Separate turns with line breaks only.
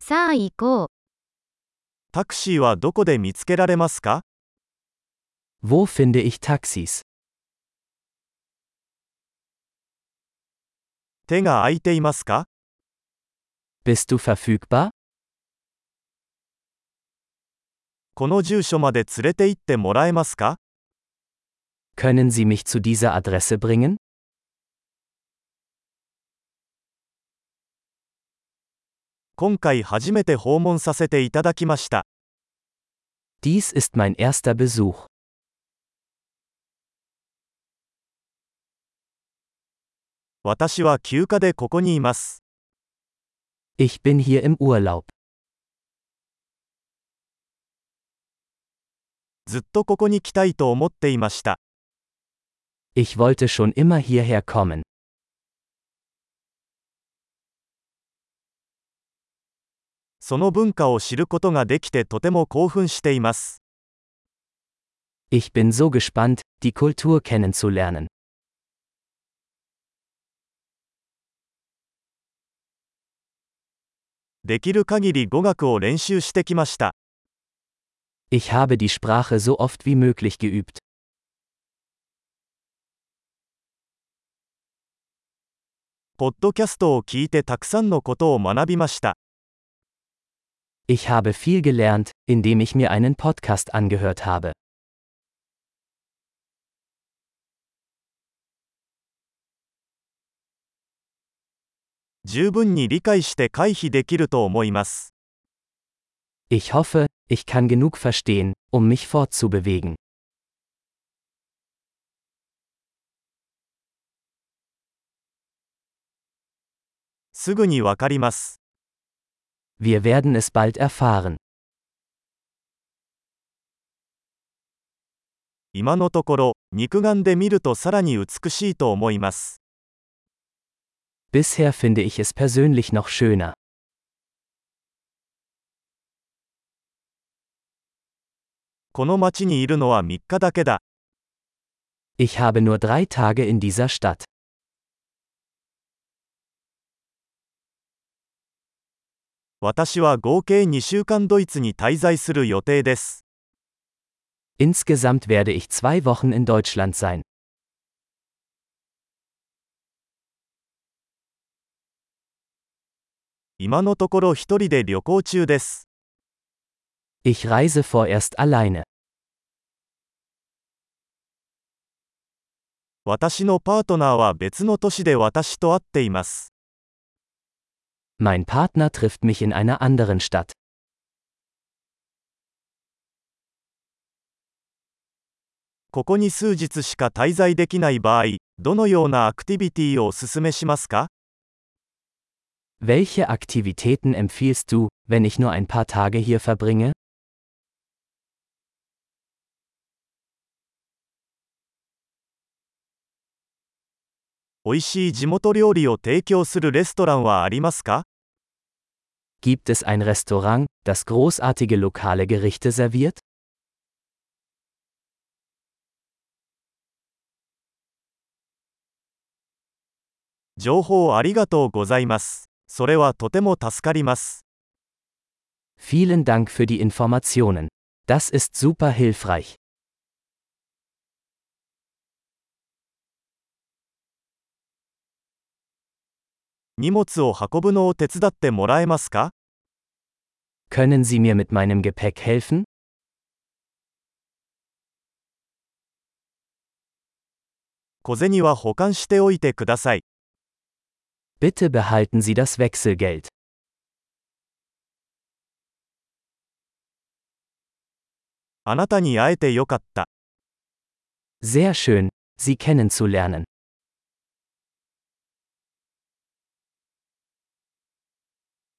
さあ行こう。
タクシーはどこで見つけられますか
Wo finde ich Taxis?
手が空いていますか
Bist du verfügbar?
この住所まで連れて行ってもらえますか
Können Sie mich zu dieser Adresse bringen?
今回初めて訪問させていただきました。
Dies ist mein erster Besuch.
私は休暇でここにいます。
Ich bin hier im Urlaub.
ずっとここに来たいと思っていました。
Ich wollte schon immer hierher kommen.
その文化を知ることができてとても興奮しています。
Ich bin so gespannt, die Kultur kennenzulernen.
できる限り語学を練習してきました。
Ich habe die Sprache so oft wie möglich geübt.
ポッドキャストを聞いてたくさんのことを学びました。
Ich habe viel gelernt, indem ich mir einen Podcast angehört habe.
十分に理解して回避できると思います。
Ich hoffe, ich kann genug verstehen, um mich fortzubewegen.
すぐにわかります。
Wir werden es bald erfahren.
今のところ、肉眼で見るとさらに美しいと思います。
Bisher finde ich es persönlich noch schöner.
この町にいるのは3日だけだ。
Ich habe nur drei Tage in dieser Stadt.
私は合計2週間ドイツに滞在する予定です。
Insgesamt werde ich zwei Wochen in Deutschland sein.
今のところ一人で旅行中です。
Ich reise vorerst alleine.
私のパートナーは別の都市で私と会っています。
Mein Partner trifft mich in einer anderen Stadt.
ここに数日しか滞在できない場合、どのようなアクティビティをお勧めしますか
Welche Aktivitäten empfiehlst du, wenn ich nur ein paar Tage hier verbringe?
美味しい地元料理を提供するレストランはありますか
Gibt es ein Restaurant, das großartige lokale Gerichte serviert?
情報ありがとうございます。それはとても助かります。
Vielen Dank für die Informationen. Das ist super hilfreich.
荷物を運ぶのを手伝ってもらえますか
Können Sie mir mit meinem Gepäck helfen?
小銭は保管しておいてください。
Bitte behalten Sie das Wechselgeld.
あなたに会えてよかった。
Sehr schön, Sie kennenzulernen.